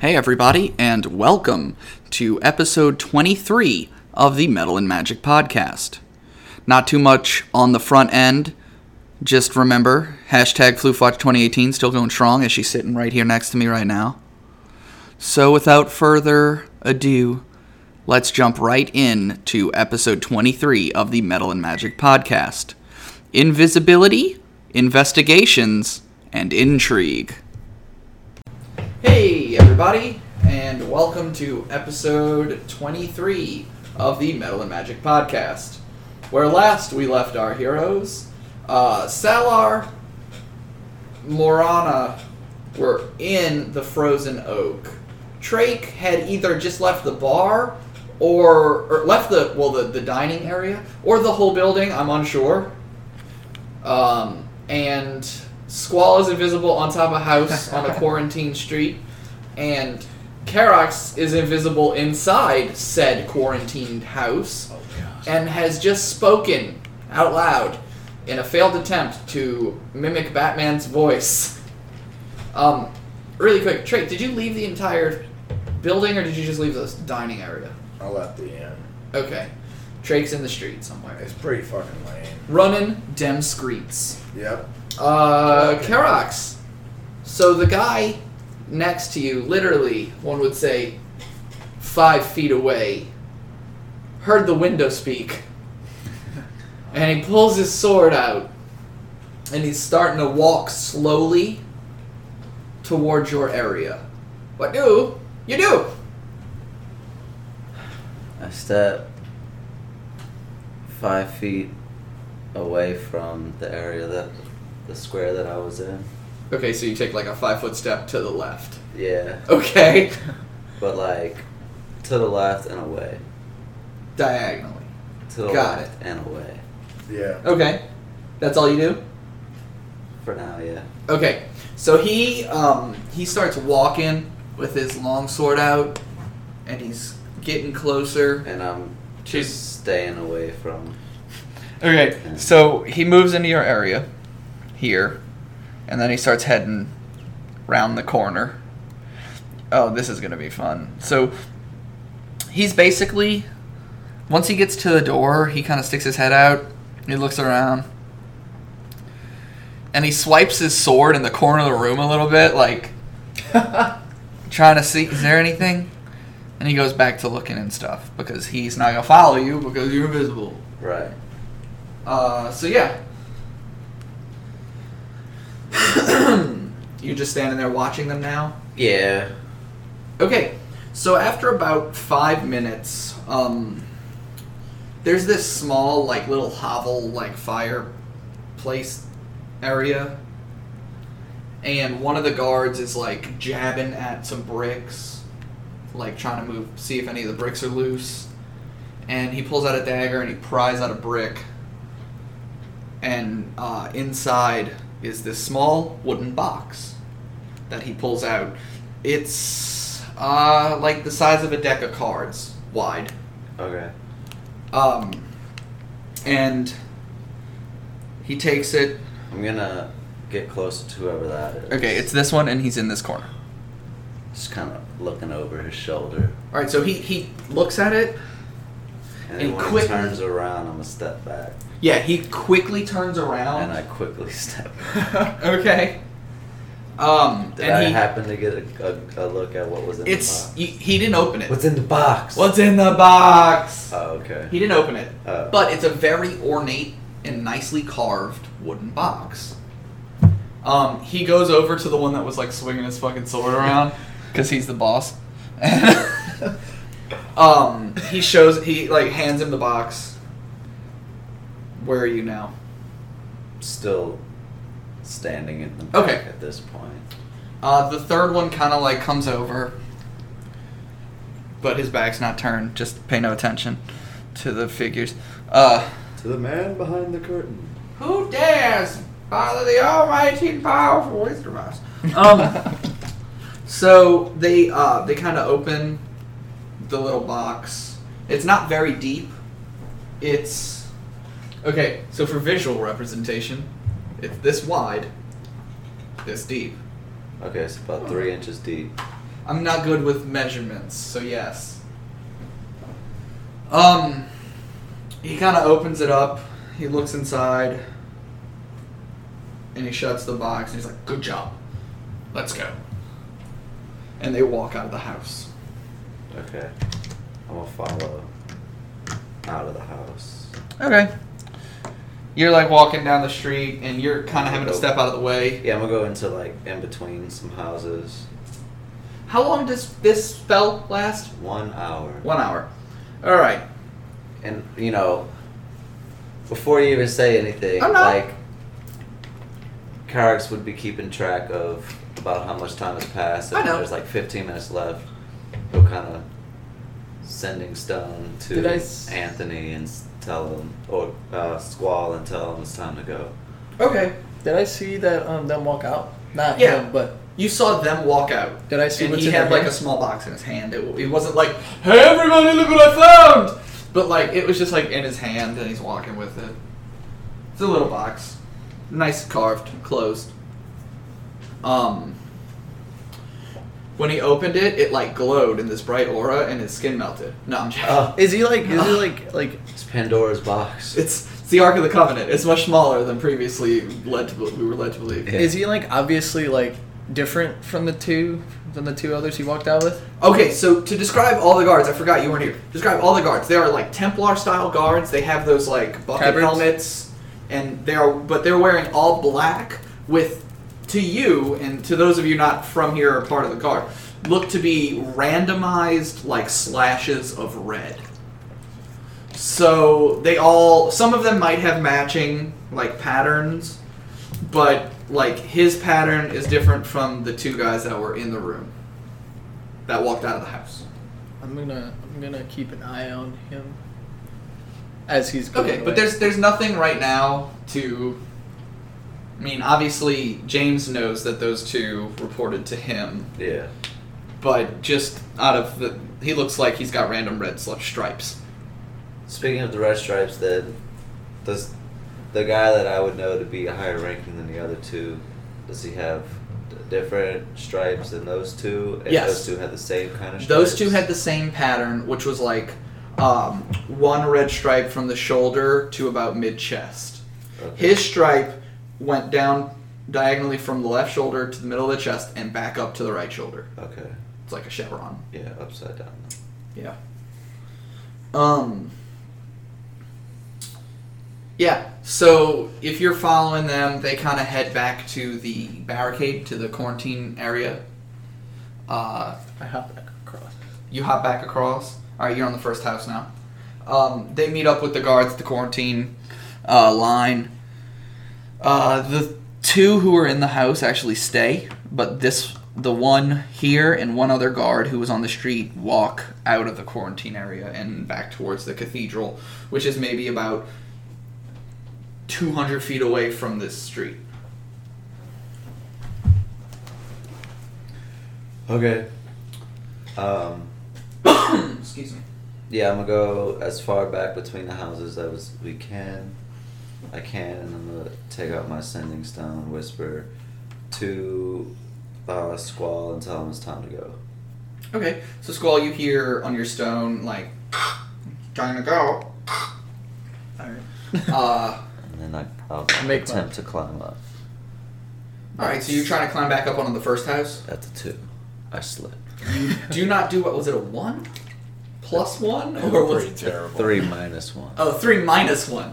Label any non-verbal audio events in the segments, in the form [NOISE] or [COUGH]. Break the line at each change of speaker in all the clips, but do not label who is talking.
Hey, everybody, and welcome to episode 23 of the Metal and Magic Podcast. Not too much on the front end. Just remember, hashtag FluFox2018 still going strong as she's sitting right here next to me right now. So, without further ado, let's jump right in to episode 23 of the Metal and Magic Podcast Invisibility, Investigations, and Intrigue. Hey, everybody, and welcome to episode 23 of the Metal and Magic Podcast, where last we left our heroes. Uh, Salar, Morana were in the Frozen Oak. Trake had either just left the bar or, or left the, well, the, the dining area or the whole building, I'm unsure. Um, and Squall is invisible on top of house on a quarantine street, and Karox is invisible inside said quarantined house, and has just spoken out loud in a failed attempt to mimic Batman's voice. Um, really quick, Trey, did you leave the entire building or did you just leave the dining area?
I'll let the end.
Okay, Trake's in the street somewhere,
It's pretty fucking lame.
running dem screets.
Yep.
Uh, Kerox. So the guy next to you, literally, one would say, five feet away, heard the window speak. And he pulls his sword out. And he's starting to walk slowly towards your area. What do you do?
I step five feet away from the area that the square that I was in.
Okay, so you take like a five foot step to the left.
Yeah,
Okay.
but like to the left and away.
Diagonally.
To the
Got
left and away.
Yeah.
Okay. That's all you do?
For now, yeah.
Okay, so he um, he starts walking with his long sword out, and he's getting closer.
And I'm
She's
just staying away from.
okay. So he moves into your area here, and then he starts heading round the corner. Oh, this is gonna be fun. So he's basically once he gets to the door, he kind of sticks his head out. He looks around. And he swipes his sword in the corner of the room a little bit, like trying to see is there anything? And he goes back to looking and stuff because he's not gonna follow you because you're invisible.
Right.
Uh, so yeah. [CLEARS THROAT] you just standing there watching them now?
Yeah.
Okay, so after about five minutes, um, there's this small, like, little hovel, like, fireplace area. And one of the guards is, like, jabbing at some bricks, like, trying to move, see if any of the bricks are loose. And he pulls out a dagger and he pries out a brick. And uh, inside is this small wooden box that he pulls out. It's uh, like the size of a deck of cards wide.
Okay.
Um, and he takes it.
I'm gonna get closer to whoever that is.
Okay, it's this one, and he's in this corner.
Just kind of looking over his shoulder.
All right, so he, he looks at it. And
And, then when
quick-
he turns around, I'm gonna step back.
Yeah, he quickly turns around.
And I quickly [LAUGHS] step back.
[LAUGHS] okay. Um,
Did
and
I
he,
happen to get a, a, a look at what was in the
it's
box?
he, he didn't open it.
What's in the box?
What's in the box?
Oh, okay.
He didn't open it.
Oh.
But it's a very ornate and nicely carved wooden box. Um, he goes over to the one that was like swinging his fucking sword around because he's the boss. [LAUGHS] um, he shows he like hands him the box. Where are you now?
Still standing in the
Okay.
back at this point.
Uh, the third one kind of like comes over, but his back's not turned. Just pay no attention to the figures. Uh,
To the man behind the curtain.
Who dares bother the almighty and powerful Eastermouse? Um. so they uh, they kind of open the little box. It's not very deep. It's okay. So for visual representation, it's this wide, this deep.
Okay, it's about three inches deep.
I'm not good with measurements, so yes. Um, he kind of opens it up. He looks inside, and he shuts the box. And he's like, "Good job. Let's go." And they walk out of the house.
Okay. I'm gonna follow out of the house.
Okay. You're like walking down the street, and you're kind of having to step out of the way.
Yeah, I'm gonna go into like in between some houses.
How long does this spell last?
One hour.
One hour. All right.
And you know, before you even say anything,
I'm not-
like Carix would be keeping track of about how much time has passed.
I
And
know.
there's like 15 minutes left. He'll kind of sending stone to
Did I s-
Anthony and s- tell him, or uh, Squall and tell him it's time to go.
Okay.
Did I see that um them walk out? Not
Yeah.
him, but
You saw them walk out.
Did I see
And
what's
he
in
had
their
like a
hand?
small box in his hand. It, it wasn't like, "Hey, everybody, look what I found!" But like, it was just like in his hand, and he's walking with it. It's a little box, nice carved, closed. Um, when he opened it, it like glowed in this bright aura, and his skin melted. No, I'm joking.
Oh,
is he like
[SIGHS]
is he like like
it's Pandora's box.
It's it's the Ark of the Covenant. It's much smaller than previously led to we were led to believe.
Yeah.
is he like obviously like different from the two than the two others he walked out with?
Okay, so to describe all the guards, I forgot you weren't here. Describe all the guards. They are like Templar style guards. They have those like bucket
Tabards?
helmets, and they are but they're wearing all black with to you and to those of you not from here or part of the guard look to be randomized like slashes of red. So they all some of them might have matching like patterns, but like his pattern is different from the two guys that were in the room that walked out of the house.
I'm gonna I'm gonna keep an eye on him as he's going.
Okay,
away.
but there's there's nothing right now to. I mean, obviously James knows that those two reported to him,
yeah.
but just out of the, he looks like he's got random red sl- stripes.
Speaking of the red stripes, then does the guy that I would know to be higher ranking than the other two, does he have d- different stripes than those two? And
Yes.
those two had the same kind of stripes.
Those two had the same pattern, which was like um, one red stripe from the shoulder to about mid chest.
Okay.
His stripe went down diagonally from the left shoulder to the middle of the chest and back up to the right shoulder.
Okay.
It's like a chevron.
Yeah, upside down.
Yeah. Um. Yeah. So if you're following them, they kind of head back to the barricade to the quarantine area. Uh,
I hop back across.
you hop back across. All right, you're on the first house now. Um, they meet up with the guards at the quarantine uh, line. Uh, the two who are in the house actually stay, but this the one here and one other guard who was on the street walk out of the quarantine area and back towards the cathedral, which is maybe about 200 feet away from this street.
Okay. Um,
[COUGHS] Excuse me.
yeah, I'm gonna go as far back between the houses as we can. I can, and I'm gonna take out my sending stone, whisper to uh, Squall, and tell him it's time to go.
Okay, so Squall, you hear on your stone like, "Time to go."
All [LAUGHS] right.
Uh,
And then I, I'll
Make
attempt
one.
to climb up
All right, so you're trying to climb back up onto the first house.
at the two. I slip.
Do not do what was it a one, plus one or was
pretty terrible.
Three minus one.
oh three minus one?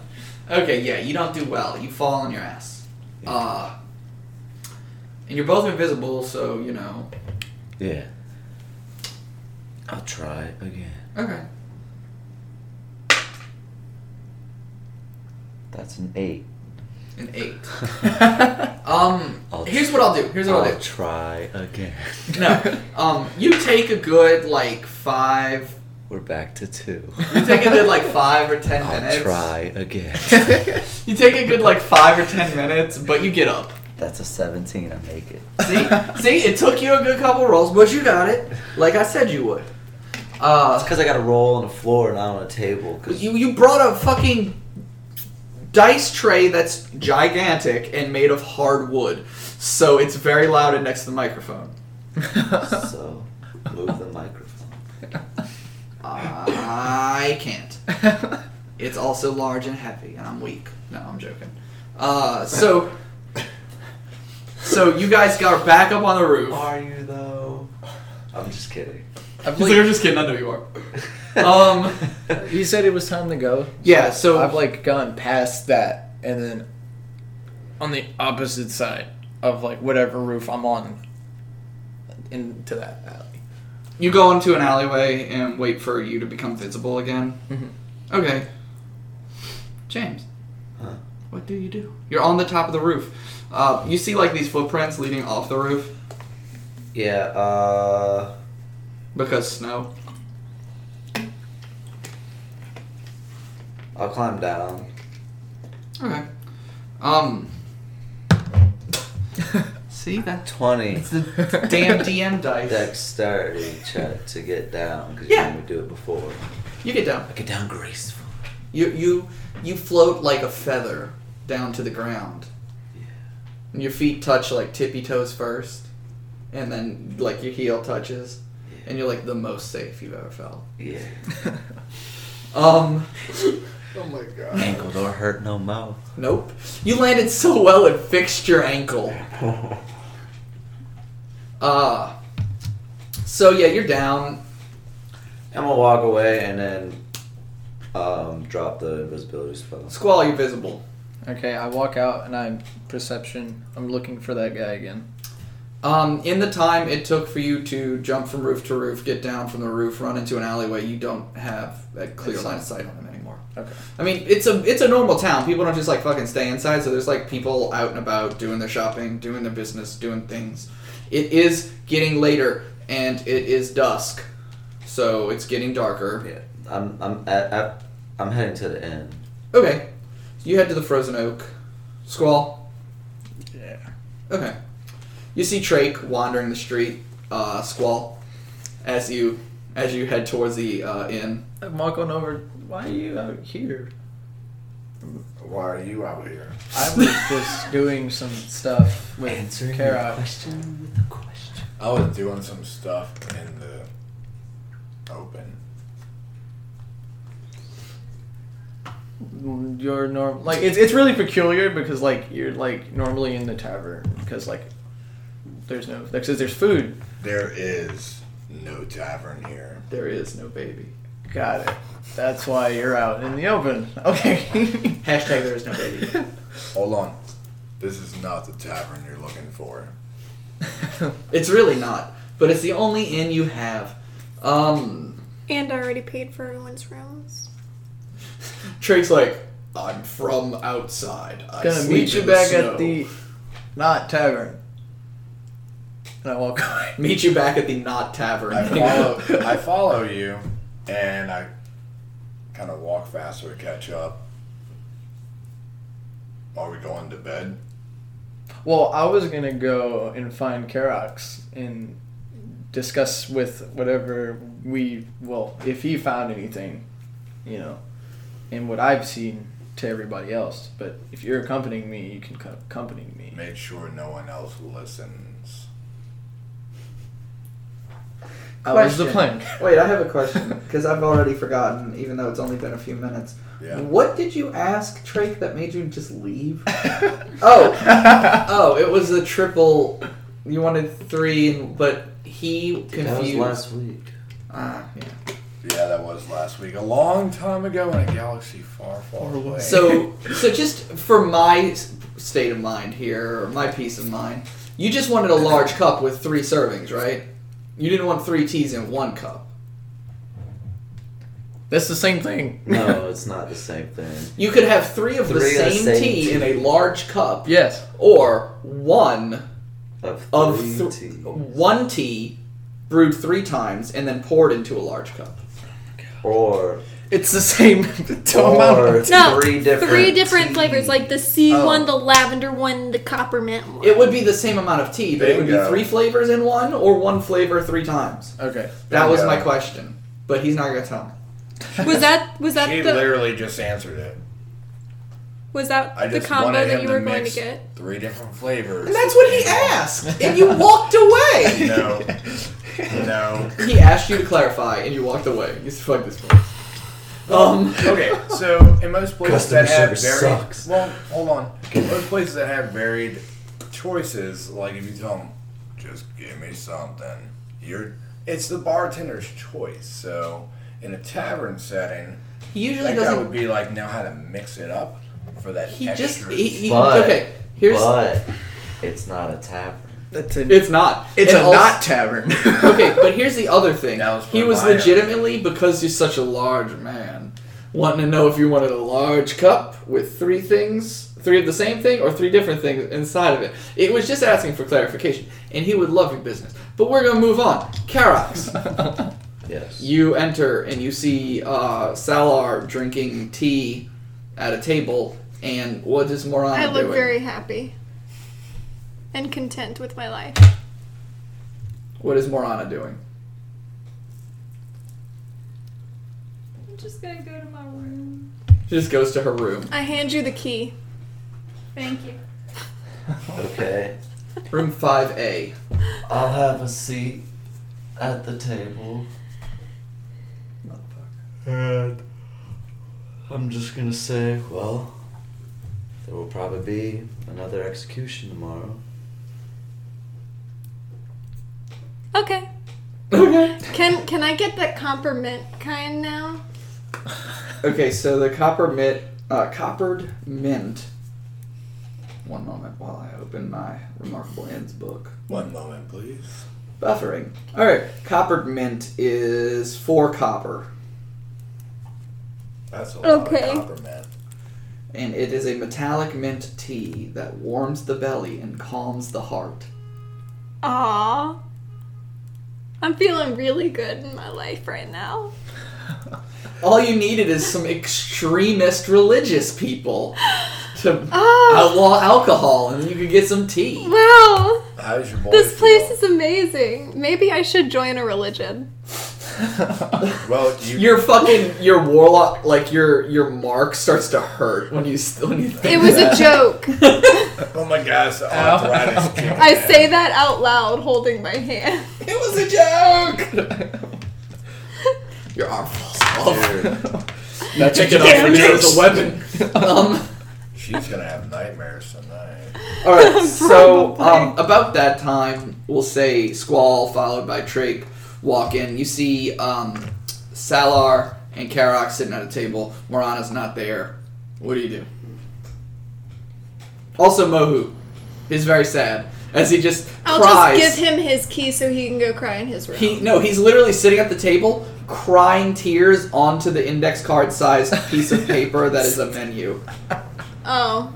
Okay, yeah, you don't do well. You fall on your ass. Uh, and you're both invisible, so you know.
Yeah. I'll try again.
Okay.
That's an
[LAUGHS]
eight.
An eight. um, here's what I'll do. Here's what I'll do.
I'll try again.
No, um, you take a good like five.
We're back to two.
You take a good like
[LAUGHS]
five or 10 minutes.
I'll try again.
[LAUGHS] You take a good like five or ten minutes, but you get up.
That's a 17. I make it.
See, see, it took you a good couple rolls, but you got it, like I said you would.
That's
Uh,
because I got a roll on the floor and not on a table. Cause
you you brought a fucking dice tray that's gigantic and made of hard wood, so it's very loud and next to the microphone.
[LAUGHS] so Move the microphone.
I can't. [LAUGHS] It's also large and heavy, and I'm weak. No, I'm joking. Uh, so, so you guys got back up on the roof.
Are you though? I'm just kidding.
I believe- I'm just kidding. I know you are. Um,
he said it was time to go.
Yeah. So
[LAUGHS] I've like gone past that, and then on the opposite side of like whatever roof I'm on, into that alley.
you go into an alleyway and wait for you to become visible again.
Mhm.
Okay. James,
Huh?
what do you do? You're on the top of the roof. Uh, you see like these footprints leading off the roof
Yeah. Uh,
because snow.
I'll climb down.
Okay. Um. see
[LAUGHS]
that?
Twenty
It's the damn DM dice.
dexterity check to get down because
Yeah.
you didn't do it before.
You get down.
I get down graceful.
You you you float like a feather down to the ground. And your feet touch like tippy toes first, and then like your heel touches, and you're like the most safe you've ever felt.
Yeah.
Um,
Oh my god.
Ankle don't hurt no more.
nope. You landed so well it fixed your ankle. Uh, so yeah, you're down.
I'm gonna walk away and then um, drop the invisibility spell.
Squall, you're visible.
Okay, I walk out and I'm perception. I'm looking for that guy again.
Um, in the time it took for you to jump from roof to roof, get down from the roof, run into an alleyway, you don't have a clear line of sight on him anymore.
Okay.
I mean, it's a it's a normal town. People don't just like fucking stay inside. So there's like people out and about doing their shopping, doing their business, doing things. It is getting later, and it is dusk, so it's getting darker.
Yeah. I'm I'm at, at, I'm heading to the end.
Okay, you head to the frozen oak. Squall.
Yeah.
Okay, you see Trake wandering the street. Uh, squall, as you as you head towards the uh, inn.
I walk on over. Why are you out here?
Why are you out here?
I was just [LAUGHS] doing some stuff with Kara.
question with a question.
I was doing some stuff in the open.
You're norm like it's it's really peculiar because like you're like normally in the tavern because like there's no because there's food.
There is no tavern here.
There is no baby.
Got it. That's why you're out in the open. [LAUGHS] Okay.
Hashtag there is no baby.
Hold on. This is not the tavern you're looking for.
[LAUGHS] It's really not, but it's the only inn you have. Um,
And I already paid for everyone's rooms.
Trake's like, I'm from outside. I
Gonna
sleep
meet you
in the
back
snow."
at the not tavern. And I walk [LAUGHS] away.
Meet you back at the not tavern. [LAUGHS]
I follow, I follow you, and I kind of walk faster to catch up. Are we going to bed?
Well, I was gonna go and find Karox and discuss with whatever we well, if he found anything, you know, and what I've seen to everybody else. But if you're accompanying me, you can co- accompany me.
Make sure no one else listens.
That was the
Question.
plan.
Wait, I have a question because I've already forgotten, even though it's only been a few minutes.
Yeah.
What did you ask Trake that made you just leave? [LAUGHS] oh, oh, it was the triple. You wanted three, and- but he
That was
confused.
last week.
Ah, yeah.
Yeah, that was last week, a long time ago in a galaxy far, far away.
So, so just for my s- state of mind here, or my peace of mind, you just wanted a large cup with three servings, right? You didn't want three teas in one cup.
[LAUGHS] That's the same thing.
No, it's not the same thing.
You could have three of the
Three of the
same,
same
tea
tea.
in a large cup,
yes.
or one
Of
of
three
th-
tea.
one tea brewed three times and then poured into a large cup.
or
It's the same [LAUGHS] to
or
amount.
No,
three different
Three different
tea.
flavors, like the sea
Oh.
one, the lavender one, the peppermint one.
It would be the same amount of tea, but it would be
Bingo.
three flavors in one, or one flavor three times.
Okay.
That was my
Bingo.
question, but he's not gonna tell me.
was that was that
she
the
literally just answered it.
was that
I
the
just
combo
wanted him
that you
to
were going to
mix
get?
three different flavors.
And that's what he asked. And you walked away.
[LAUGHS] No, No.
He asked you to clarify, and you walked away. You said, fuck this place. Um.
Okay, so in most places
Customer
that have
service
varied,
sucks.
well, hold on. Most places that have varied choices, like if you tell them, just give me something, you're it's the bartender's choice. So in a tavern setting,
He usually
that guy
doesn't.
would be like know how to mix it up for that
He
extra.
just. He, he-
But-
okay. Here's.
but it's not a tavern.
That's a,
It's not.
it's
And
a
also-
not tavern. [LAUGHS]
okay, but here's the other thing.
That was
he was
provider.
legitimately because he's such a large man, wanting to know if you wanted a large cup with three things, three of the same thing, or three different things inside of it. It was just asking for clarification, and he would love your business. But we're gonna move on. Karox,
[LAUGHS]
Yes.
you enter and you see uh, Salar drinking tea at a table, and what is Morana
I
doing?
look very happy and content with my life.
What is Morana doing?
I'm just gonna go to my room.
She just goes to her
[LAUGHS]
room,
I hand you the key.
Thank you.
Okay.
room five A.
I'll have a seat at the table. And Uh, I'm just gonna say, well, there will probably be another execution tomorrow.
Okay.
Okay.
Can can I get that compliment kind now?
Okay, so the copper mint, uh, coppered mint. One moment while I open my Remarkable Ends book.
One moment, please.
Buffering. All right, coppered mint is four copper,
That's a lot
Okay.
of compliment.
and it is a metallic mint tea that warms the belly and calms the heart.
Aw. I'm feeling really good in my life right now.
All you needed is some extremist religious people to
Oh
outlaw alcohol, and you could get some tea.
wow.
How's your boy?
This place
feel?
is amazing. Maybe I should join a religion.
well. You,
Your fucking your warlock, like your your mark starts to hurt when you s- when you think
It
[LAUGHS]
was a joke.
oh my gosh, the arthritis. kicked
I
in.
say that out loud holding my hand.
It was a
[LAUGHS]
joke. Your arm falls off.
Dude,
That's
Pick it up
Damn
and use
it.
it as a [LAUGHS] weapon. Um,
she's gonna have nightmares tonight.
all
[LAUGHS]
right. So
Probably.
um, about that time, we'll say Squall followed by Trake walk in. You see um, Salar and Karok sitting at a table. Morana's not there. What do you do? Also, Mohu is very sad as he just
I'll
cries.
just give him his key so he can go cry in his room.
He no, he's literally sitting at the table crying tears onto the index card sized piece
[LAUGHS]
of paper that is a menu.
oh.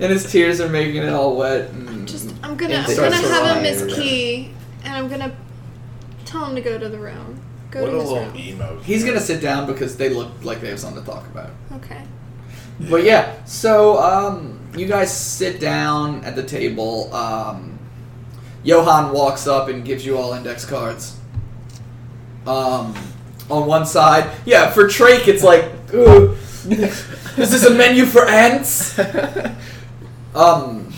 And his tears are making it all wet. and-
Just I'm gonna
It
I'm gonna
starts
have him
to
his
rhyme.
key and I'm gonna tell him to go to the room. Go
What a
to his
little
room.
emo.
He's gonna sit down because they look like they have something to talk about.
Okay.
But yeah, so um, you guys sit down at the table. Um, Johan walks up and gives you all index cards. Um, on one side, yeah, for Trake, it's like, ooh, is this a menu for ants? Um,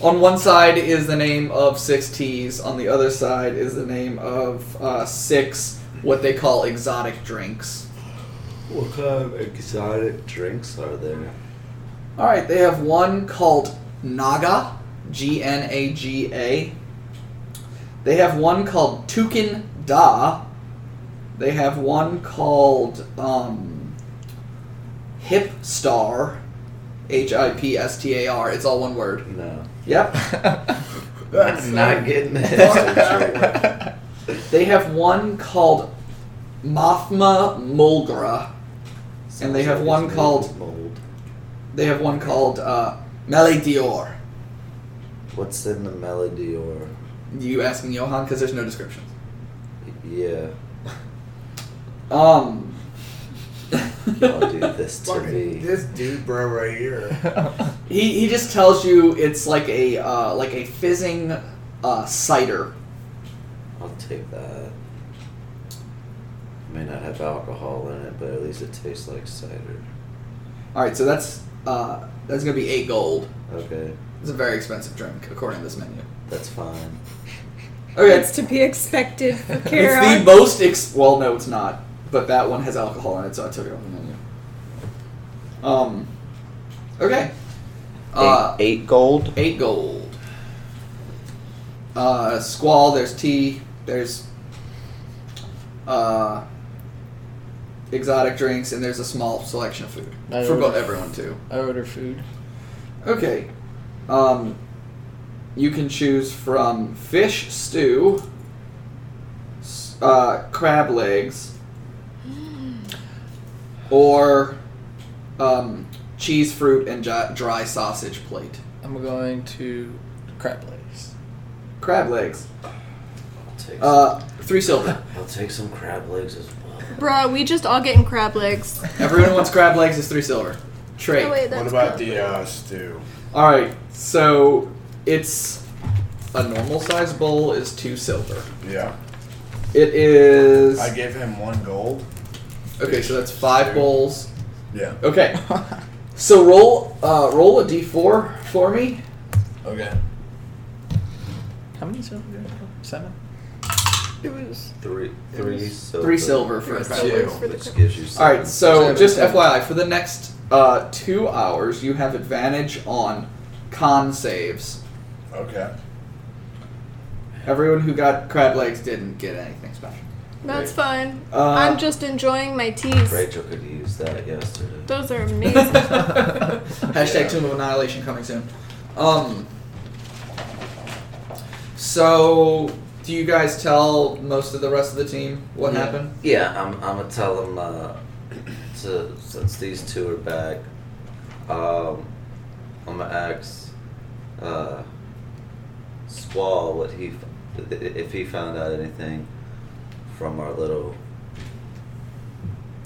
on one side is the name of six teas. On the other side is the name of uh, six what they call exotic drinks.
What kind of exotic drinks are there?
All right, they have one called Naga, G N A G A. They have one called Tukin Da. They have one called um, Hip Star, H I P S T A R. It's all one word.
No.
Yep.
That's
I'm
[LAUGHS]
not getting the hipster drink.
That's
They have one called Mothma Mulgra. And they have
Sounds like
one
it's
called-
mold.
They have one called uh, Mele Dior.
What's in the melody or
You asking Johan because there's no description.
yeah?
Um.
I'll do this to
Fucking
me.
this dude, bro, right here.
He, he just tells you it's like a uh, like a fizzing uh, cider.
I'll take that. It may not have alcohol in it, but at least it tastes like cider.
All right, so that's uh, that's gonna be eight gold.
Okay.
It's a very expensive drink according to this menu.
That's fine.
Okay.
It's to be expected
[LAUGHS]
for
It's the
Kara.
most ex- well, no, it's not. But that one has alcohol in it, so I took it off the menu. Um. Okay. Uh,
eight, eight gold.
eight gold. Uh, squall. There's tea. There's uh, exotic drinks, and there's a small selection of food
I
for both
order-
everyone too.
I order food.
Okay. Um, you can choose from fish stew, s- uh, crab legs, or um, cheese, fruit, and gi- dry sausage plate.
I'm going to crab legs.
Crab legs.
I'll take,
Uh, three silver.
some, I'll take some crab legs as well.
Bruh, we just all getting crab legs.
Everyone wants crab legs. Is three silver. Trade.
Oh, wait, [LAUGHS] that's
What about
crab
the
legs.
uh, stew?
All right. So it's a normal size bowl is two silver.
Yeah.
It is
I gave him one gold.
okay. So that's five
Two.
bowls.
Yeah.
[LAUGHS]
Okay. So roll uh, roll a d4 for me.
Okay.
How many silver? do you have? Seven.
It was
Three, three silver.
Three silver for
Three
a
silver.
two.
For the
Which
crab-
gives you seven.
All right. So
Seven,
just
seven.
FYI, for the next uh, two hours, you have advantage on con saves.
Okay.
Everyone who got crab legs didn't get anything special.
That's fine.
Uh,
I'm just enjoying my teas.
Rachel could use that yesterday.
[LAUGHS]
Those are amazing.
Hashtag
Yeah.
Tomb of Annihilation coming soon. Um. So, do you guys tell most of the rest of the team what
Yeah.
happened?
Yeah, I'm, I'm gonna tell them uh, to since these two are back, um, I'm gonna ask uh, Squall what he f- if he found out anything from our little.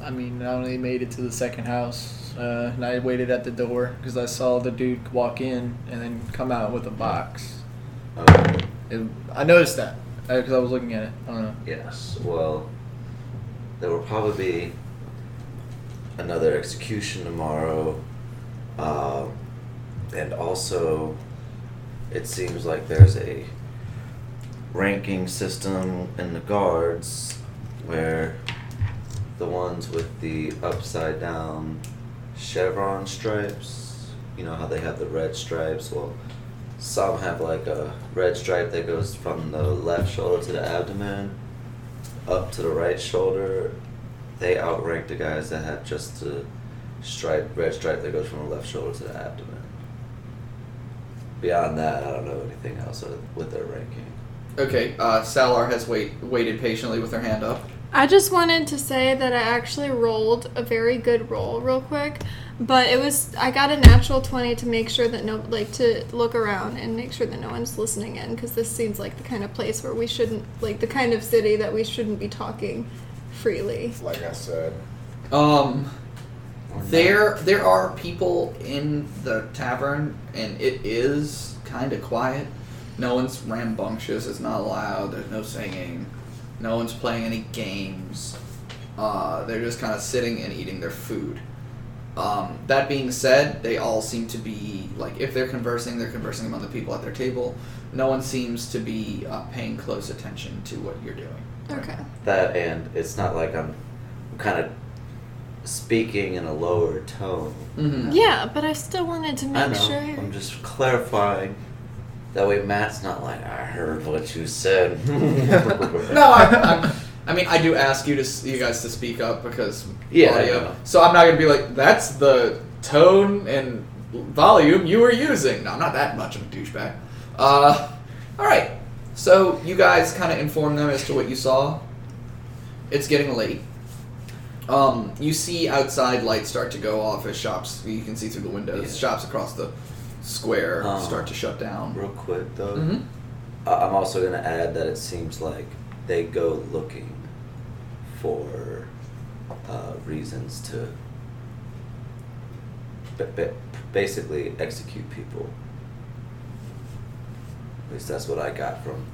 I mean, I only made it to the second house, uh, and I waited at the door because I saw the dude walk in and then come out with a box.
Uh,
It, I noticed that because I was looking at it. I don't know.
yes, well, there will probably be another execution tomorrow, um, and also it seems like there's a ranking system in the guards where the ones with the upside down chevron stripes, you know how they have the red stripes? Well, some have like a red stripe that goes from the left shoulder to the abdomen up to the right shoulder. They outrank the guys that have just the stripe, red stripe that goes from the left shoulder to the abdomen. Beyond that, I don't know anything else with their ranking.
Okay. Uh, Salar has wait waited patiently with her hand up.
I just wanted to say that I actually rolled a very good roll real quick, but it was I got a natural 20 to make sure that no like to look around and make sure that no one's listening in cuz this seems like the kind of place where we shouldn't like the kind of city that we shouldn't be talking freely.
Like I said.
Um, there there are people in the tavern, and it is kind of quiet. No one's rambunctious. It's not loud. There's no singing. No one's playing any games. Uh, they're just kind of sitting and eating their food. Um, that being said, they all seem to be like if they're conversing, they're conversing among the people at their table. No one seems to be uh, paying close attention to what you're doing.
Okay.
That and it's not like I'm kind of speaking in a lower tone.
Mm-hmm.
Yeah, but I still wanted to
I
make
know.
sure.
I'm just clarifying. That way, Matt's not like I heard what you said.
[LAUGHS]
[LAUGHS]
No, I, I'm- I mean I do ask you to s- you guys to speak up because
Yeah, I know.
audio. So I'm not gonna be like that's the tone and volume you were using. No, I'm not that much of a douchebag. Uh, all right. So you guys kind of inform them as to what you saw. It's getting late. Um, you see outside lights start to go off as shops. You can see through the windows.
Yeah.
Shops across the square
Um,
start to shut down.
Real quick though,
hmm
I- I'm also gonna add that it seems like they go looking for uh, reasons to ba- ba- basically execute people. At least that's what I got from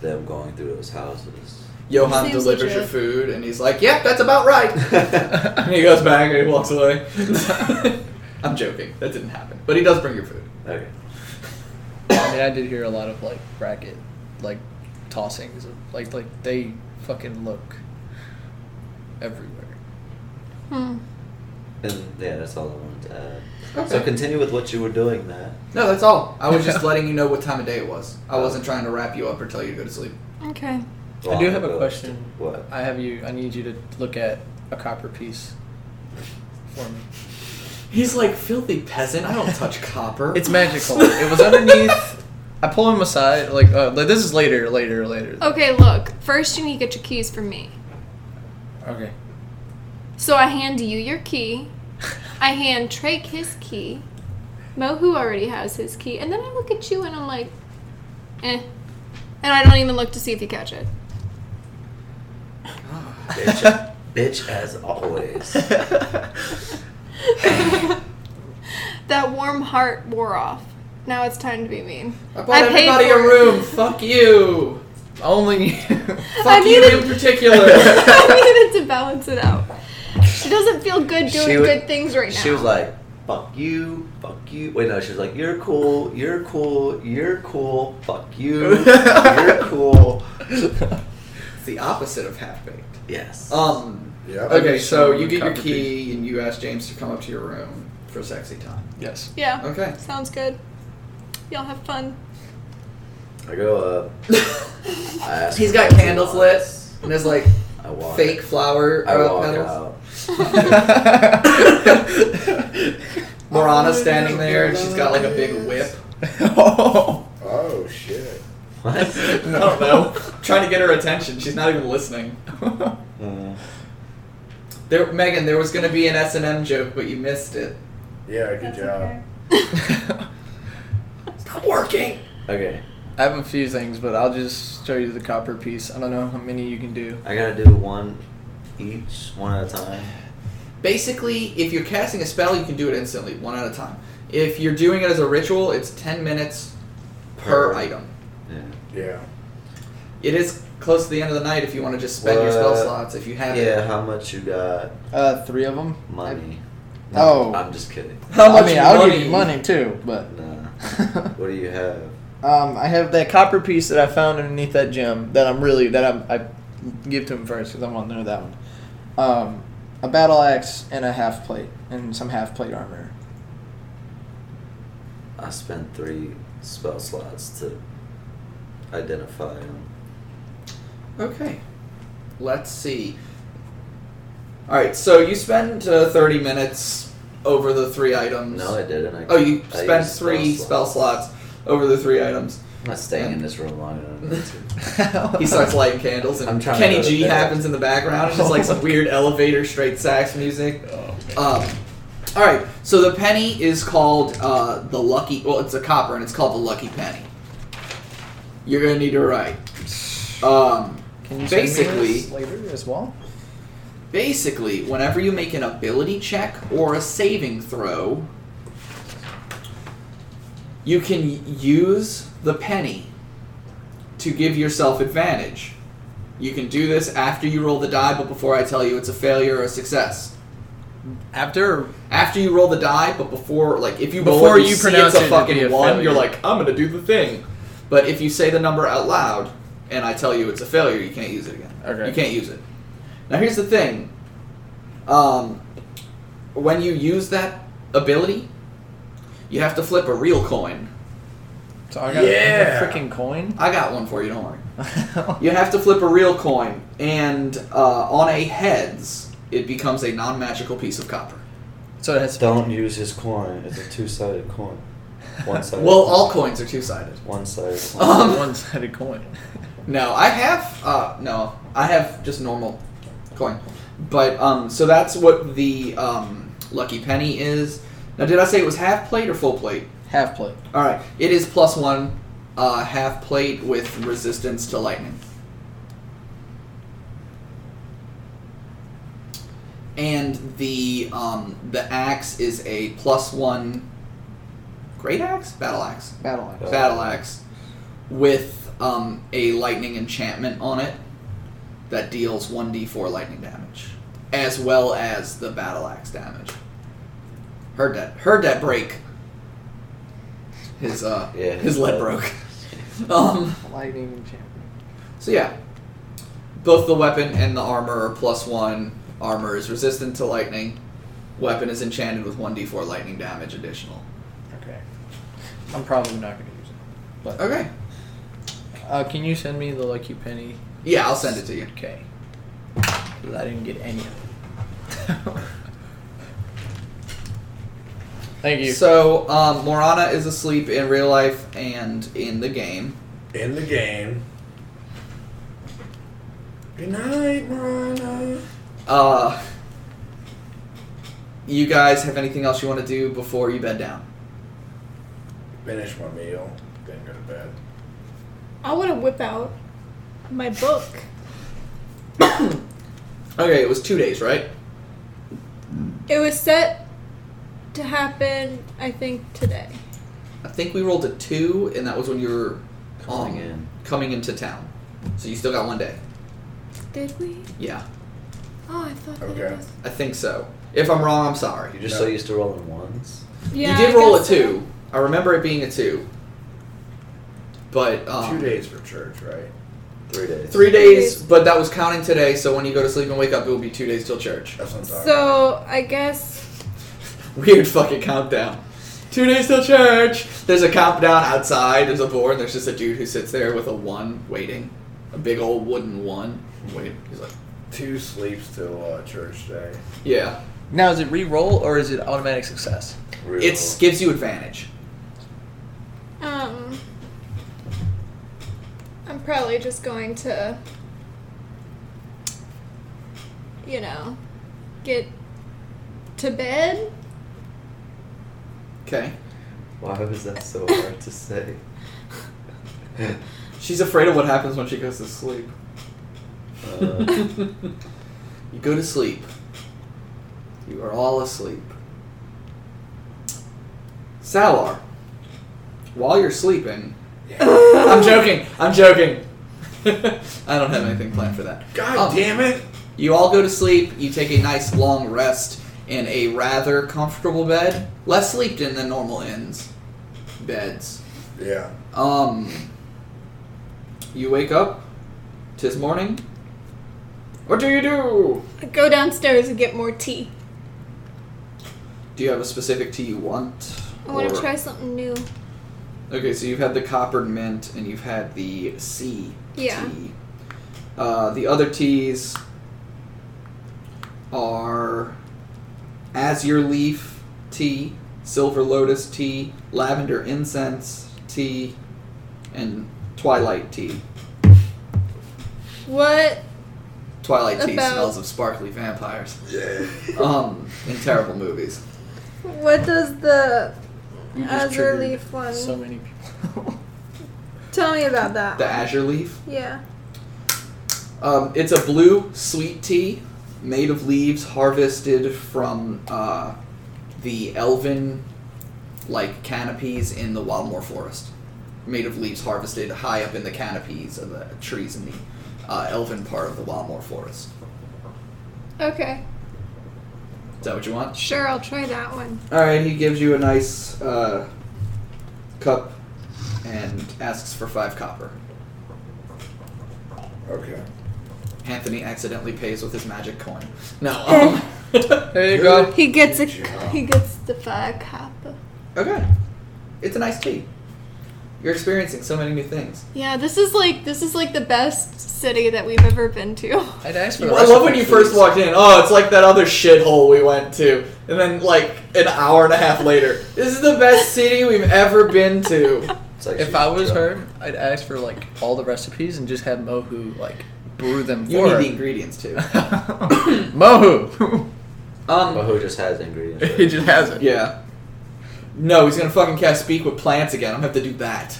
them going through those houses.
Johan
Seems
delivers your
legit.
food, and he's like, "Yep, that's about [LAUGHS] right." and he goes back and he walks away. [LAUGHS] I'm joking. That didn't happen. But he does bring your food.
Okay.
And
And I did hear a lot of like bracket, like tossings, of, like like they fucking look everywhere.
Hmm.
And yeah, that's all I wanted to add. So continue with what you were doing there.
No, that's all. I was [LAUGHS] just letting you know what time of day it was. I wasn't trying to wrap you up or tell you to go to sleep.
Okay.
I do have
Well,
a question.
What?
I have you. I need you to look at a copper piece for me.
He's like filthy peasant. I [LAUGHS] don't touch copper.
It's magical. it was underneath. I pull him aside. Like, uh, like this is later, later, later.
Okay, look. First, you need to get your keys from me.
Okay.
So I hand you your key. I hand Trake his key. Mohu already has his key. And then I look at you and I'm like, eh. And I don't even look to see if you catch it. [LAUGHS]
bitch, bitch as always.
That warm heart wore off. Now it's time to be mean. [LAUGHS]
I bought
I paid
everybody a
for it.
room. Fuck [LAUGHS] you.
[LAUGHS] Only
[LAUGHS]
you.
Fuck
I
you
needed-
in [LAUGHS] particular.
I needed to balance it out. She doesn't feel good
She
doing
wa-
good things right now.
She was like, "Fuck you, fuck you." Wait, no, she was like, "You're cool, you're cool, you're cool.
[LAUGHS]
Fuck you, you're cool."
it's the opposite of half baked.
Yes.
Um.
Yeah.
Okay, so you get your
Copper
key and you ask James to come up to your room for sexy time.
[LAUGHS]
yes. [LAUGHS]
yeah,
Okay.
sounds good. Y'all have fun.
I go up.
[LAUGHS]
I ask
He's
her
got
what she
candles lit
wants.
and there's like
I walk.
fake flower
I
uh,
walk
petals.
out.
[LAUGHS]
Morana standing there and she's got like a big whip.
oh.
Oh shit.
What?
I don't know. [LAUGHS] Trying to get her attention. She's not even listening. [LAUGHS]
Mm.
There, Megan, there was gonna be an S and M joke, but you missed it.
Yeah, good
That's
job.
okay.
[LAUGHS]
It's not working.
Okay,
I have a few things, but I'll just show you the copper piece. I don't know how many you can do.
I gotta do one each, one at a time.
Basically, if you're casting a spell, you can do it instantly, one at a time. If you're doing it as a ritual, it's ten minutes per
Per.
item.
Yeah.
Yeah.
It is close to the end of the night if you want to just spend your spell
What?
slots if you have it.
Yeah. How much you got?
Uh, three of them.
Money.
Oh.
I'm just kidding.
How much
I mean, I'll give you
money?
money too, but [LAUGHS]
Nah. What do you have?
um, I have that copper piece that I found underneath that gem that I'm really that I'm, I give to him first because I want to know that one. Um, a battle axe and a half plate and some half plate [LAUGHS] armor.
I spent three spell slots to identify them.
Okay. Let's see. All right, so you spend uh, 30 minutes over the three items.
No, I didn't. I,
oh, you
I
spent
used
three spell slots. over the three items.
I'm not staying in this room long
[LAUGHS]
enough. [LAUGHS]
He starts lighting candles,
I'm
and
trying to
Kenny
go to
G
bed.
happens in the background. It's just like some
[LAUGHS]
weird elevator straight sax music.
Oh,
Um, all right, so the penny is called uh, the lucky. Well, it's a copper, and it's called the lucky penny. You're gonna need to
[SIGHS]
write. Um,
Can you
basically.
basically later as well?
Basically, whenever you make an ability check or a saving throw, you can use the penny to give yourself advantage. You can do this after you roll the die, but before I tell you it's a failure or a success.
After
After you roll the die, but before, like, if you
But
before
what
you,
you
pronounce
pronounce
see
it
it's a
to
fucking
be a
one,
failure.
you're like, I'm gonna do the thing. But if you say the number out loud and I tell you it's a failure, you can't use it again.
Okay.
You can't use it. Now here's the thing. Um, when you use that ability, you have to flip a real coin.
so I got a- I
Yeah.
have a freaking coin. [LAUGHS]
I got one for you. Don't worry. You have to flip a real coin, and uh, on a heads, it becomes a non-magical piece of copper.
so it has
Don't use his coin. It's a two-sided coin. One-sided.
Well, all coins are two-sided.
One-sided. Coin.
Um,
one-sided coin.
No, I have uh no, I have just normal coin. But um so that's what the um lucky penny is. Now did I say it was half plate or full plate?
Half plate.
All right. It is plus 1 uh half plate with resistance to lightning. And the um the axe is a plus 1 great axe, battle axe
Battle axe.
battle axe Uh, with um, a lightning enchantment on it that deals 1d4 lightning damage as well as the battle axe damage heard that heard that break His uh,
Yeah,
his
his
leg
leg.
broke. um,
Lightning champion.
so yeah, both the weapon and the armor are plus one. Armor is resistant to lightning. Weapon is enchanted with one d4 lightning damage additional.
Okay. I'm probably not gonna use it.
Okay.
Uh, can you send me the lucky penny?
Yeah, I'll send it to you.
Okay. 'Cause I didn't get any of it. [LAUGHS] Thank you.
So um, Morana is asleep in real life and in the game.
In the game. Good night, Marana.
Uh, you guys have anything else you want to do before you bed down?
Finish my meal, then go to bed.
I want to whip out my book.
Okay, it was two days, right?
It was set to happen, I think, today.
I think we rolled a two, and that was when you were
Coming
um,
in.
coming into town. So you still got one day.
Did we?
Yeah,
Oh, I thought that
Okay.
it was.
I think so. If I'm wrong, I'm
You're
sorry.
just
No.
so used to rolling ones.
Yeah,
you did
I
roll a
guess
two. I remember it being a two. But um,
Two days for church, right?
Three days.
three
days.
days, but that was counting today. So when you go to sleep and wake up, it will be two days till church.
That's what I'm
So,
talking
so I guess
Weird fucking countdown. Two days till church. There's a countdown outside. There's a board. And there's just a dude who sits there with a one waiting, a big old wooden one. Wait, he's like,
about. Two sleeps till uh, church day.
yeah.
now is it re-roll or is it automatic success?
Real.
It gives you advantage.
um, I'm probably just going to, you know, get to bed.
Okay.
Why was that so hard to say?
[LAUGHS] She's afraid of what happens when she goes to sleep.
Uh,
You go to sleep. You are all asleep. Salar, while you're sleeping, I'm joking. I'm joking. I don't have anything planned for that.
God
Um,
damn it!
You all go to sleep. You take a nice long rest in a rather comfortable bed, less sleeped in than normal inns beds.
Yeah.
Um, you wake up. Tis morning. What do you do?
[LAUGHS] Go downstairs and get more tea.
Do you have a specific tea you want?
I want
Or-
to try something new.
Okay, so you've had the coppered mint and you've had the sea
Yeah.
tea. Uh, the other teas are azure leaf tea, silver lotus tea, lavender incense tea, and twilight tea.
What?
Twilight tea
About-
smells of sparkly vampires.
Yeah.
Um, in terrible movies.
What does the
You just
azure
triggered
leaf one?
So many people.
Tell me about that.
The azure leaf.
yeah.
Um, it's a blue sweet tea made of leaves harvested from uh, the elven like canopies in the Wildmoor Forest. Made of leaves harvested high up in the canopies of the trees in the uh, elven part of the Wildmoor Forest.
Okay.
Is that what you want?
Sure, I'll try that one.
All right, he gives you a nice uh, cup and asks for five copper.
Okay.
Anthony accidentally pays with his magic coin. No. Um,
[LAUGHS] there you go.
He gets a
Yeah.
he gets the five copper.
Okay. It's a nice tea. You're experiencing so many new things.
Yeah, this is like this is like the best city that we've ever been to.
I'd ask for. the
[LAUGHS] I
recipe,
love when you first
please.
walked in. Oh, it's like that other shithole we went to. And then, like, an hour and a half later, this is the best city we've ever been to.
it's like
[LAUGHS] If
she's
I was
drunk.
her, I'd ask for like all the recipes and just have Mohu like brew them
You
for
need the
her.
ingredients, too.
[LAUGHS] Mohu.
But
Um,
who just
[LAUGHS]
has ingredients? right?
he just has it.
yeah. No, he's gonna fucking cast Speak with Plants again. I'm gonna have to do that.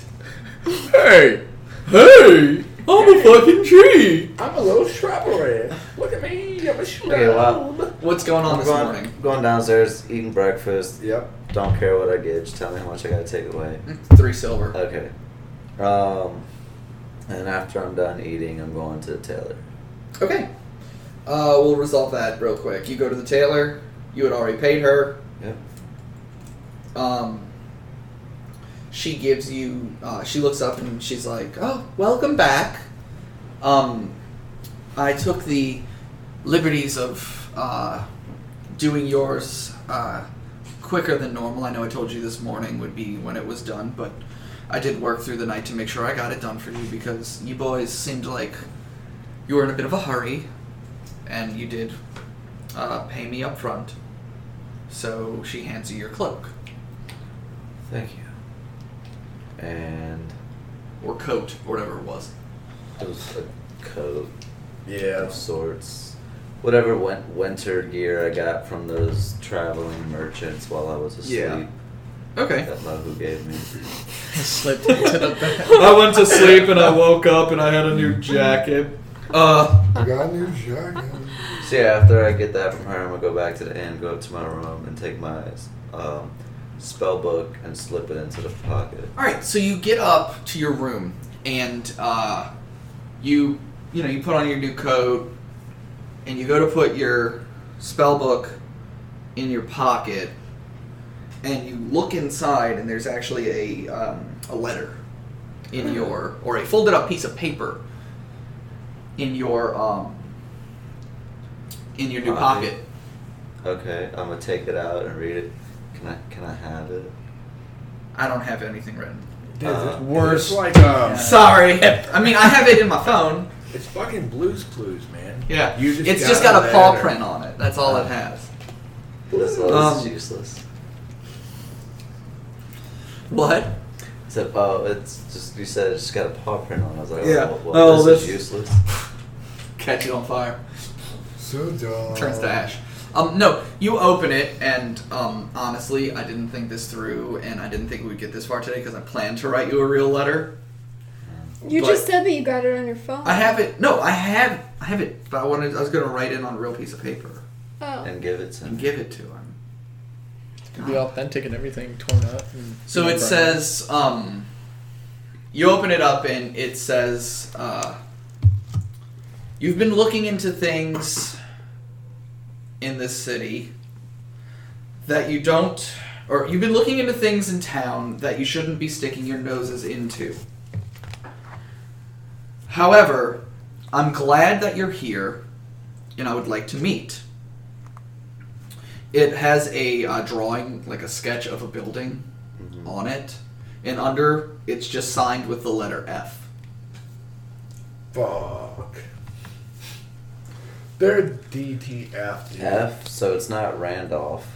Hey.
Hey! I'm a fucking tree!
I'm a little shrubbery. Look at me. I'm a shrub.
Okay,
[LAUGHS]
well,
What's going on
I'm
this
going,
morning?
going downstairs, eating breakfast.
Yep.
Don't care what I get. Just tell me how much I gotta take away.
Three silver.
Okay. Um, and after I'm done eating, I'm going to Taylor.
Okay. Uh, we'll resolve that real quick. You go to the tailor. You had already paid her.
Yep.
Um, she gives you. Uh, she looks up and she's like, "Oh, welcome back. Um, I took the liberties of uh, doing yours uh, quicker than normal. I know I told you this morning would be when it was done, but I did work through the night to make sure I got it done for you because you boys seemed like you were in a bit of a hurry, and you did uh, pay me up front." So she hands you your cloak
Thank you. And
or coat or whatever it was.
it was a coat
Yeah.
of sorts. Whatever went winter gear I got from those traveling merchants while I was asleep.
Yeah. Okay.
That Lahu gave me.
[LAUGHS] I slipped into
[LAUGHS]
the bed.
I went to sleep and I woke up and I had a new jacket. Uh,
I got a new jacket.
So yeah, after I get that from her, I'm gonna go back to the inn, go up to my room, and take my um, spell book and slip it into the pocket.
all right. So you get up to your room and uh, you you know you put on your new coat and you go to put your spell book in your pocket and you look inside and there's actually a um, a letter in your or a folded up piece of paper in your um in your new
Pocket.
pocket.
Okay, I'm gonna take it out and read it. Can I can I have it?
I don't have anything written.
Uh,
Worse.
Worst.
like um,
Sorry. I mean, I have it in my phone.
it's fucking Blues Clues, man.
Yeah.
You just
it's
got
just got a
that
paw
or-
print on it. That's all it has.
This all is
Um,
useless.
What?
So, oh, it's just you said it just got a paw print on. it. I was like,
Yeah.
oh, well,
Oh,
this, is
this-
useless.
Catch it on fire.
So dumb.
Turns
Oh.
to ash. Um, no, you open it, and um, honestly, I didn't think this through, and I didn't think we'd get this far today because I planned to write you a real letter.
You
But-
just said that you got it on your phone.
I have it. No, I have. I have it, but I wanted. I was going to write it on a real piece of paper
Oh.
And give it to
and
me.
give it to him.
It'd be authentic and everything torn up. And
So it says, um, you open it up and it says, uh, you've been looking into things in this city that you don't, or you've been looking into things in town that you shouldn't be sticking your noses into. However, I'm glad that you're here and I would like to meet. It has a uh, drawing, like a sketch of a building on it, and under it's just signed with the letter F.
Fuck. They're DTF. dude.
F. So it's not Randolph.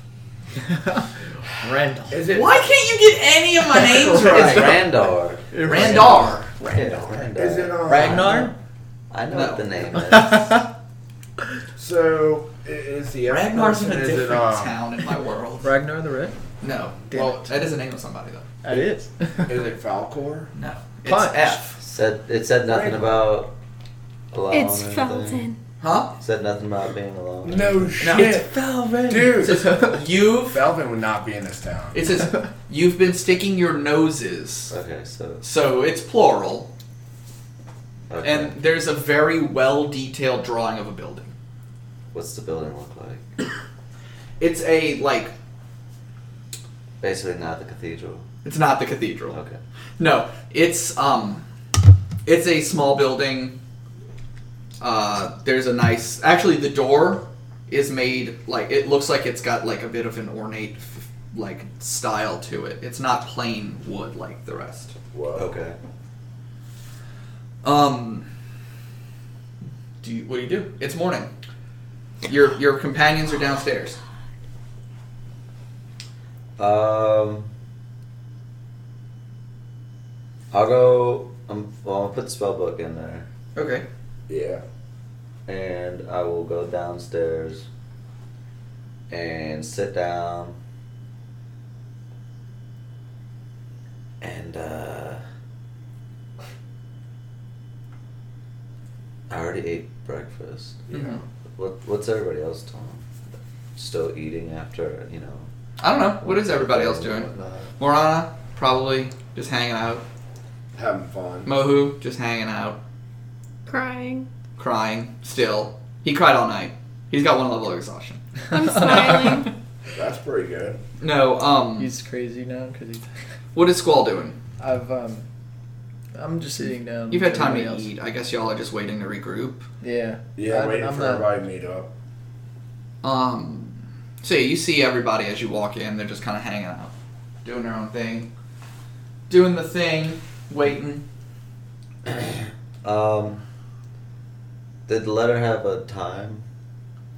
Randall.
Is it?
Why can't you get any of my names
It's
right?
Randar.
Randar.
Yeah, Randar.
Is it uh, on?
Ragnar?
I know
uh, No.
what the
[LAUGHS]
name is.
So i- is the F
Ragnar's in a
person, is it,
different
um,
town in my
[LAUGHS]
world.
Ragnar the Red?
No.
Damn
well,
it.
that is the name of somebody though.
That [LAUGHS] is.
Is it Falcor?
No. It's
Punch.
F.
said it said nothing about alone.
It's
or anything.
Felton.
Huh?
Said nothing about being alone.
No
It's
shit, [LAUGHS]
Velvet.
It
dude.
says you've.
Falvin would not be in this town.
It says you've been sticking your noses.
Okay, so
So it's plural,
okay.
and there's a very well detailed drawing of a building.
what's the building look like?
It's a like.
Basically, not the cathedral.
It's not the cathedral.
Okay.
No, it's um, it's a small building. Uh, there's a nice. Actually, the door is made like it looks like it's got like a bit of an ornate f- like style to it. It's not plain wood like the rest.
Whoa.
Okay.
Um, do you, what do you do? It's morning. Your your companions are downstairs.
Um, I'll go. Um, well, I'll put spellbook in there,
Okay.
Yeah.
and I will go downstairs and sit down and uh, I already ate breakfast.
Mhm.
What, what's everybody else doing? Still eating after you know?
I don't know. What is everybody else doing? Morana probably just hanging out.
Having fun.
Mohu just hanging out.
Crying.
crying still. He cried all night. He's got one level of exhaustion.
I'm smiling.
[LAUGHS]
That's pretty good.
No, um
He's crazy now because he's.
What is Squall doing?
I've um, I'm just sitting down.
You've had
with
time to
everybody
eat. I guess y'all are just waiting to regroup.
else. Yeah.
Yeah,
I'm-
waiting
I'm
for
not-
everybody to meet up.
Um, so yeah, you see everybody as you walk in. They're just kind of hanging out, doing their own thing, doing the thing, waiting.
Um, did the letter have a time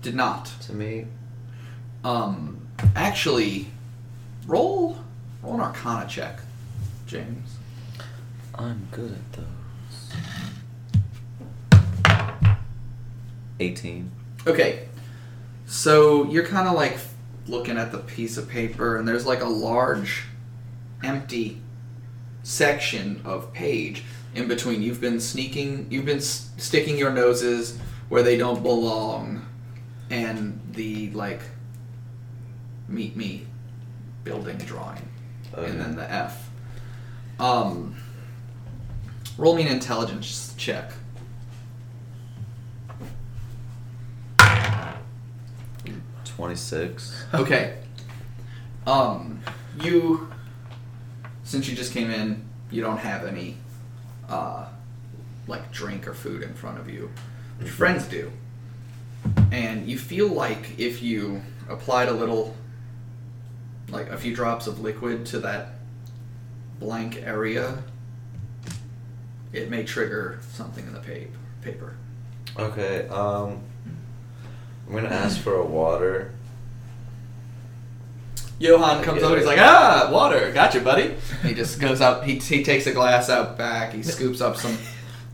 Did not.
to me?
Um, actually, roll roll an Arcana check, James.
I'm good at those. 18.
Okay. So you're kind of like looking at the piece of paper, and there's like a large, empty section of page in between. You've been sneaking, you've been s- sticking your noses where they don't belong, and the like, meet me building drawing,
Okay.
and then the F. Um, roll me an intelligence check.
Twenty-six.
[LAUGHS] Okay. Um, you, since you just came in, you don't have any, uh, like drink or food in front of you. Your friends do, and you feel like if you applied a little, like a few drops of liquid to that blank area, it may trigger something in the pa- paper.
Okay. Um, I'm gonna ask for a water.
Johan comes over. He's like, ah, water. Gotcha, buddy. He just goes up. He, he takes a glass out back. He scoops up some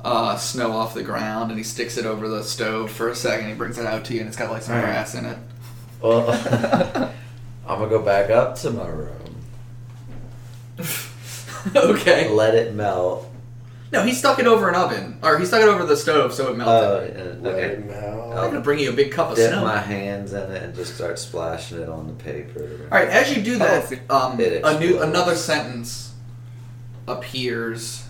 uh, snow off the ground and he sticks it over the stove for a second. He brings it out to you and it's got like some
All right.
grass in it.
Well, Oh. [LAUGHS]
[LAUGHS]
[LAUGHS]
I'm gonna go back up to my room.
[LAUGHS] okay.
Let it melt.
No, he stuck it over an oven. Or he stuck it over the stove so it
Uh,
melted.
and-
Let
okay.
it melt.
I'm going to bring you a big cup of
Dip
snow.
my hands in it and just start splashing it on the paper.
All right, as you do that, um,
It
a new
explodes.
another sentence appears,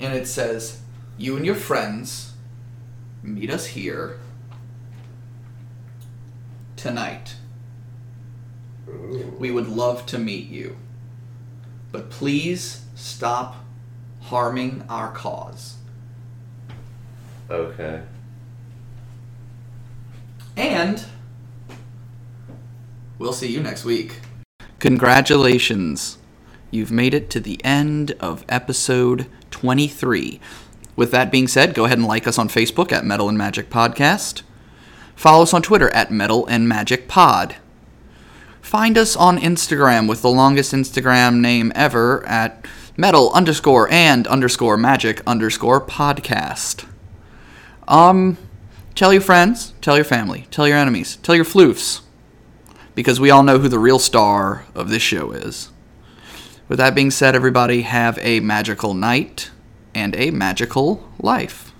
and it says, "You and your friends meet us here tonight.
Ooh.
We would love to meet you, but please stop harming our cause."
Okay.
And we'll see you next week. Congratulations. You've made it to the end of episode 23. With that being said, go ahead and like us on Facebook at Metal and Magic Podcast. Follow us on Twitter at Metal and Magic Pod. Find us on Instagram with the longest Instagram name ever at metal underscore and underscore magic underscore podcast. Um, Tell your friends, tell your family, tell your enemies, tell your floofs. Because we all know who the real star of this show is. With that being said, everybody, have a magical night and a magical life.